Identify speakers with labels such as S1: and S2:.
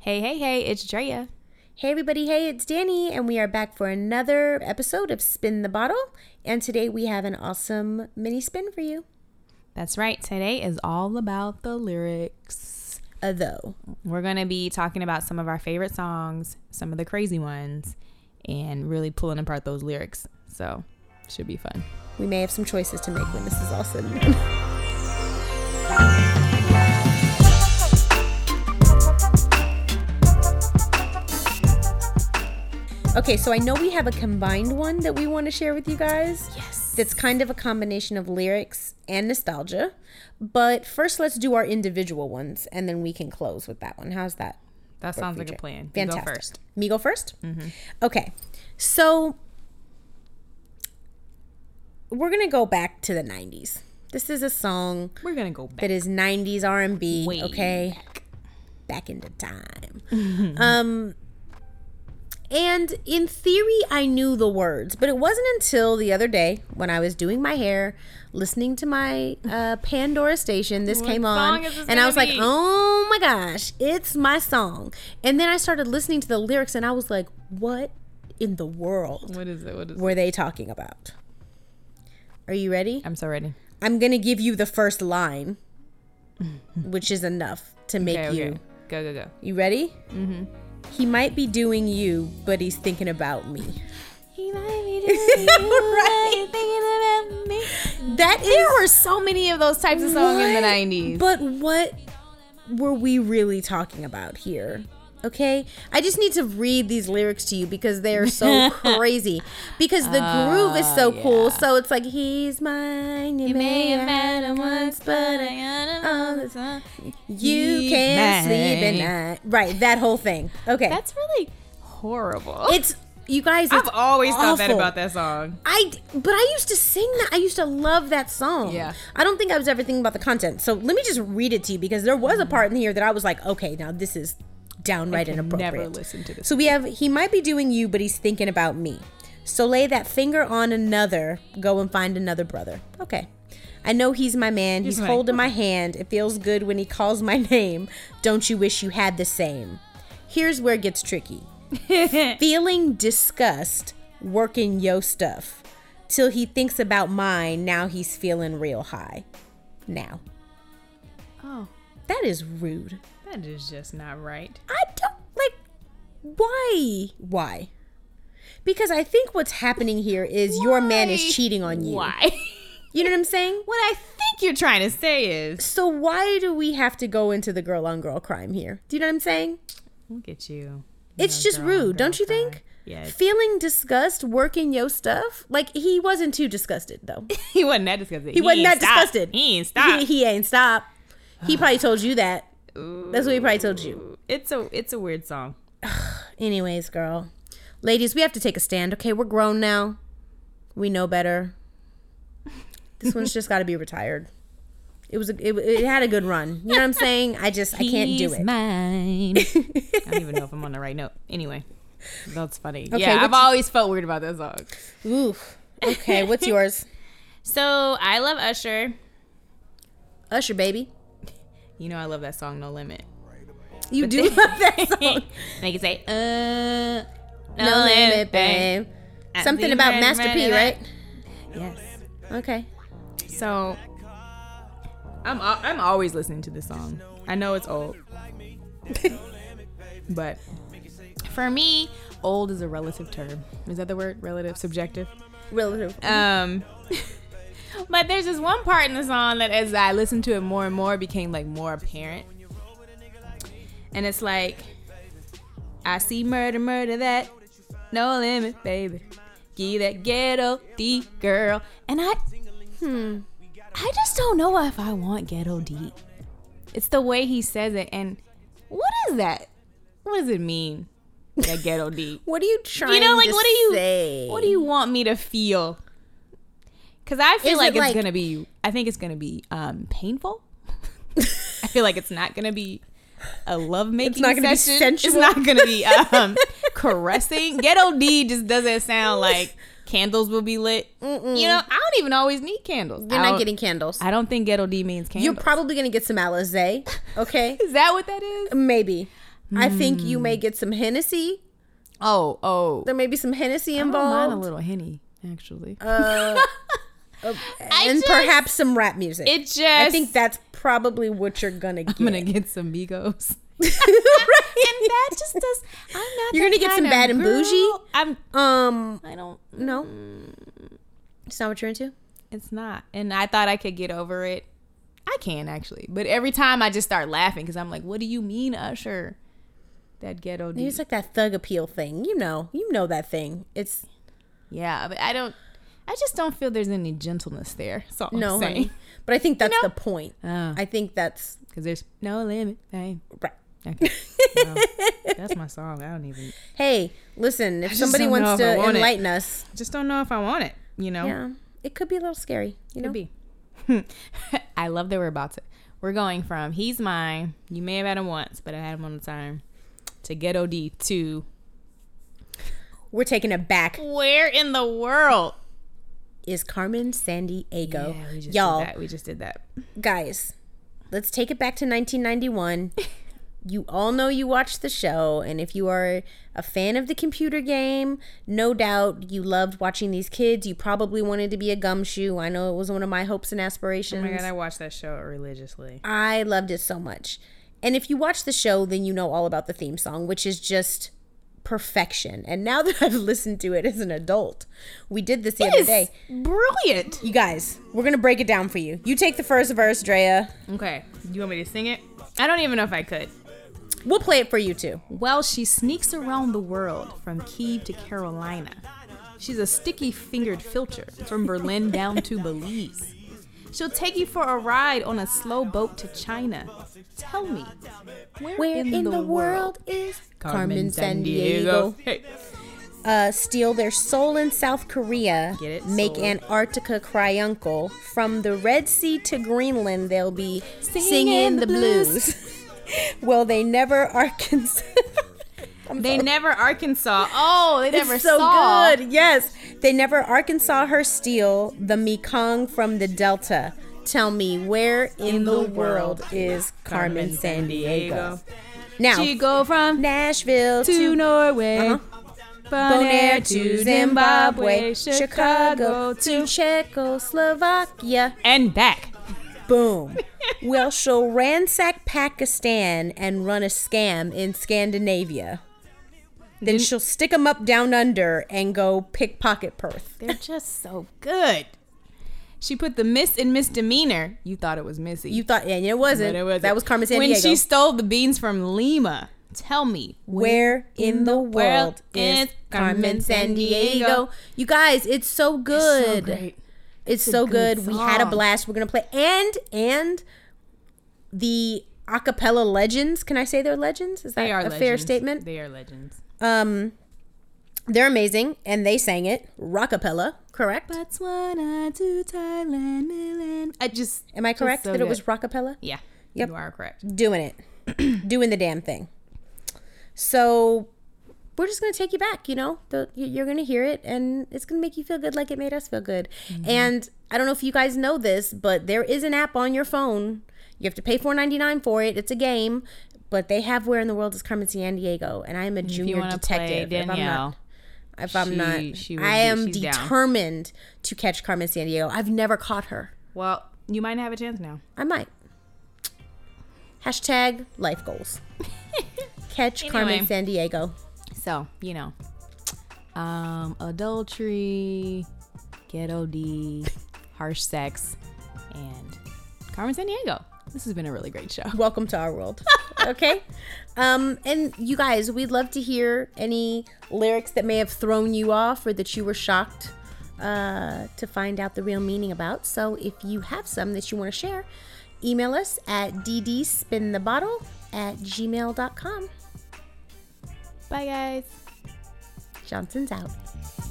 S1: Hey, hey, hey, it's Drea.
S2: Hey, everybody. Hey, it's Danny, and we are back for another episode of Spin the Bottle. And today we have an awesome mini spin for you.
S1: That's right, today is all about the lyrics.
S2: Uh, though,
S1: We're going to be talking about some of our favorite songs, some of the crazy ones, and really pulling apart those lyrics. So, should be fun.
S2: we may have some choices to make when this is all said and done. Okay, so I know we have a combined one that we want to share with you guys.
S1: Yes.
S2: That's kind of a combination of lyrics and nostalgia. But first, let's do our individual ones, and then we can close with that one. How's that?
S1: That sounds like a
S2: feature.
S1: plan. You
S2: Fantastic.
S1: Go first. Mm-hmm.
S2: Me go 1st Okay. So we're gonna go back to the '90s. This is a song
S1: We're going to go back.
S2: that is '90s R&B.
S1: Way
S2: okay, back into time. um, and in theory, I knew the words, but it wasn't until the other day when I was doing my hair, listening to my uh, Pandora station, this
S1: What
S2: came
S1: song
S2: on,
S1: is this
S2: and I
S1: gonna
S2: was like,
S1: be?
S2: "Oh my gosh, it's my song!" And then I started listening to the lyrics, and I was like, "What in the world
S1: What is it? What is it?
S2: were they talking about?" Are you ready?
S1: I'm so ready.
S2: I'm gonna give you the first line, which is enough to make
S1: Okay,
S2: you.
S1: okay. Go, go, go.
S2: You ready? Mm-hmm. He might be doing you, but he's thinking about me.
S1: He might
S2: right?
S1: thinking about me.
S2: That is.
S1: There were so many of those types of songs in the 90s.
S2: But what were we really talking about here? Okay, I just need to read these lyrics to you because they are so crazy. Because the
S1: Oh,
S2: groove is so cool, so it's like he's mine. You, may have had him once, but I all the
S1: time.
S2: You
S1: He's
S2: can sleep
S1: mine.
S2: at night. Right, that whole thing. Okay.
S1: That's really horrible.
S2: it's you guys it's
S1: I've always thought that
S2: awful.
S1: about that song.
S2: I but I used to sing that. I used to love that song.
S1: Yeah.
S2: I don't think I was ever thinking about the content. So let me just read it to you because there was a part in here that I was like, okay, now this is downright
S1: can never
S2: inappropriate.
S1: listen to this
S2: So we have he might be doing you, but he's thinking about me. So lay that finger on another. Go and find another brother. Okay. I know he's my man. He's,
S1: my-
S2: holding my hand. It feels good when he calls my name. Don't you wish you had the same? Here's where it gets tricky feeling disgust working yo stuff till he thinks about mine now he's feeling real high now
S1: oh,
S2: that is rude
S1: that is just not right.
S2: i don't like why why because i think what's happening here is your man
S1: Why?
S2: is cheating on you
S1: Why?
S2: you know what i'm saying
S1: what I think you're trying to say is,
S2: so why do we have to go into the girl on girl crime here do you know what i'm saying
S1: look at you.
S2: It's
S1: No,
S2: just
S1: girl,
S2: rude, don't
S1: girl,
S2: you
S1: girl.
S2: think?
S1: Yeah, it's-
S2: Feeling disgust working yo stuff? Like he wasn't too disgusted though.
S1: He wasn't that disgusted. He,
S2: wasn't
S1: ain't
S2: that
S1: stop.
S2: disgusted.
S1: He ain't stop.
S2: He, he ain't stop. He probably told you that. That's what he probably told you.
S1: it's a it's a weird song.
S2: Anyways, girl. Ladies, we have to take a stand, okay? We're grown now. We know better. This one's just got to be retired. It was a, it, it had a good run. You know what I'm saying? I just I can't do
S1: He's
S2: it.
S1: Mine. I don't even know if I'm on the right note. Anyway, that's funny. yeah,
S2: what's-
S1: I've always felt weird about that song.
S2: Oof. Okay, what's yours?
S1: So I love Usher.
S2: Usher baby.
S1: You know I love that song No Limit.
S2: You do love that song.
S1: and I can say uh No,
S2: No
S1: Limit,
S2: limit,
S1: babe.
S2: babe. Something about Master P, right?
S1: Yes.
S2: Okay.
S1: So I'm al- I'm always listening to this song. I know it's old, but for me, old is a relative term. Is that the word? Relative, subjective.
S2: Relative.
S1: Um, but there's this one part in the song that, as I listened to it more and more, became like more apparent. And it's like, I see murder, murder that, no limit, baby. Give that ghetto D girl, and I, hmm, I just don't know if I want ghetto D. It's the way he says it, and what is that? What does it mean? That ghetto D.
S2: What are you trying?
S1: you know, like
S2: to
S1: what do you
S2: say?
S1: what do you want me to feel? Because I feel
S2: Is it
S1: like it's
S2: like-
S1: gonna be. I think it's gonna be um, painful. I feel like it's not gonna be a love making
S2: not
S1: session.
S2: gonna be
S1: It's
S2: sensual.
S1: not gonna be um, caressing. Ghetto D just doesn't sound like candles will be lit. You know, I don't even always need candles.
S2: You're
S1: I
S2: not
S1: don't-
S2: getting candles.
S1: I don't think ghetto D means
S2: You're
S1: candles.
S2: probably gonna get some Alizé. Okay,
S1: is that what that is?
S2: maybe. I think you
S1: Hmm.
S2: may get some Hennessy.
S1: Oh, oh.
S2: There may be some Hennessy
S1: I don't mind a
S2: involved,
S1: little henny, actually.
S2: Uh, and
S1: just-
S2: perhaps some rap music.
S1: it just.
S2: I think that's probably what you're gonna get.
S1: I'm gonna get some Migos. And that just does. I'm not.
S2: You're
S1: that
S2: gonna get some
S1: kind of
S2: bad and
S1: girl.
S2: bougie?
S1: I'm.
S2: um,
S1: I don't. Mm.
S2: no, it's not what you're into.
S1: It's not. And I thought I could get over it. I can actually, but every time I just start laughing because I'm like, "What do you mean, Usher? That ghetto dude."
S2: It's like that thug appeal thing. You know, you know that thing. It's
S1: yeah, but I don't. I just don't feel there's any gentleness there. So
S2: no,
S1: I'm
S2: honey.
S1: saying
S2: But I think that's
S1: know?
S2: the point.
S1: because
S2: I think that's
S1: there's no limit. Hey,
S2: right.
S1: okay. No. that's my song. I don't even.
S2: Hey, listen, if
S1: just
S2: somebody
S1: don't know
S2: wants
S1: if I
S2: to
S1: want it. Oh.
S2: enlighten us,
S1: Just don't know if I want it. You know.
S2: yeah, it could be a little scary. You know,
S1: Could be. Hmm. I love that we're about to. We're going from he's mine. You may have had him once, but I had him on the time. To ghetto D to
S2: we're taking it back.
S1: where in the world?
S2: Is Carmen San Diego,
S1: Yeah, we just
S2: y'all
S1: did that. We just did that.
S2: guys? Let's take it back to 1991. you all know you watched the show, and if you are a fan of the computer game, no doubt you loved watching these kids. You probably wanted to be a gumshoe. I know it was one of my hopes and aspirations.
S1: Oh my god, I watched that show religiously.
S2: I loved it so much. And if you watch the show, then you know all about the theme song, which is just perfection. And now that I've listened to it as an adult, we did this the other day.
S1: brilliant.
S2: You guys, we're gonna break it down for you. You take the first verse, Drea.
S1: Okay, you want me to sing it? I don't even know if I could.
S2: We'll play it for you too.
S1: Well, she sneaks around the world from Kiev to Carolina. She's a sticky fingered filcher from Berlin down to Belize. She'll take you for a ride on a slow boat to China. Tell me, where,
S2: Where in, the, world is Carmen San Diego?
S1: Hey.
S2: Uh, steal their soul in South Korea.
S1: Get it?
S2: Make
S1: Soul.
S2: Antarctica cry uncle. From the Red Sea to Greenland, they'll be singing,
S1: Singing the
S2: the blues. well, they never are concerned.
S1: They never Arkansas. Oh, they never
S2: it's so
S1: saw.
S2: good. Yes, they never Arkansas her steal the Mekong from the Delta. Tell me where in, the, world, is Carmen San Diego? Now,
S1: She go from
S2: Nashville to,
S1: to Norway.
S2: Uh-huh.
S1: Bonaire to Zimbabwe,
S2: Chicago to Czechoslovakia.
S1: and back.
S2: Boom. well, she'll ransack Pakistan and run a scam in Scandinavia. Then she'll stick 'em up down under and go pickpocket Perth.
S1: They're just so good. She put the miss in misdemeanor. You thought it was Missy.
S2: You thought, and it wasn't.
S1: But it wasn't.
S2: That was Carmen San
S1: When
S2: Diego.
S1: she stole the beans from Lima. Tell me
S2: Where in the world is
S1: is
S2: Carmen
S1: Carmen
S2: San Diego?
S1: Sandiego?
S2: You guys, it's so good.
S1: great.
S2: It's
S1: a
S2: so
S1: good
S2: good. We had a
S1: song.
S2: blast. We're gonna play and and the acapella legends. Can I say they're legends? Is that
S1: They are
S2: a
S1: legends.
S2: fair statement?
S1: They are legends.
S2: Um, they're amazing, and they sang it rockapella. Correct?
S1: That's when I do Thailand, Milan. I just
S2: Am I correct
S1: so
S2: that it
S1: good.
S2: was rockapella?
S1: yeah.
S2: Yep.
S1: You are correct.
S2: Doing it, doing the damn thing. So we're just gonna take you back. You know, the, you- you're gonna hear it, and it's gonna make you feel good, like it made us feel good.
S1: Mm-hmm.
S2: And I don't know if you guys know this, but there is an app on your phone. You have to pay $4.99 for it. It's a game, but they have where in the world is Carmen San Diego, and I am a
S1: If you
S2: junior
S1: want to play
S2: detective. if I'm not
S1: Danielle,
S2: If I'm
S1: She-
S2: not,
S1: she would
S2: I
S1: be-
S2: am
S1: she's down.
S2: determined to catch Carmen San Diego. I've never caught her.
S1: well, you might have a chance now.
S2: I might. Hashtag life goals. catch Carmen
S1: Anyway.
S2: San Diego.
S1: So you know, um, adultery, ghetto D, harsh sex, and Carmen San Diego. This has been a really great show.
S2: Welcome to our world. okay. Um, and you guys, we'd love to hear any lyrics that may have thrown you off or that you were shocked uh, to find out the real meaning about. So if you have some that you want to share, email us at ddspinthebottle at gmail.com.
S1: Bye, guys.
S2: Johnson's out.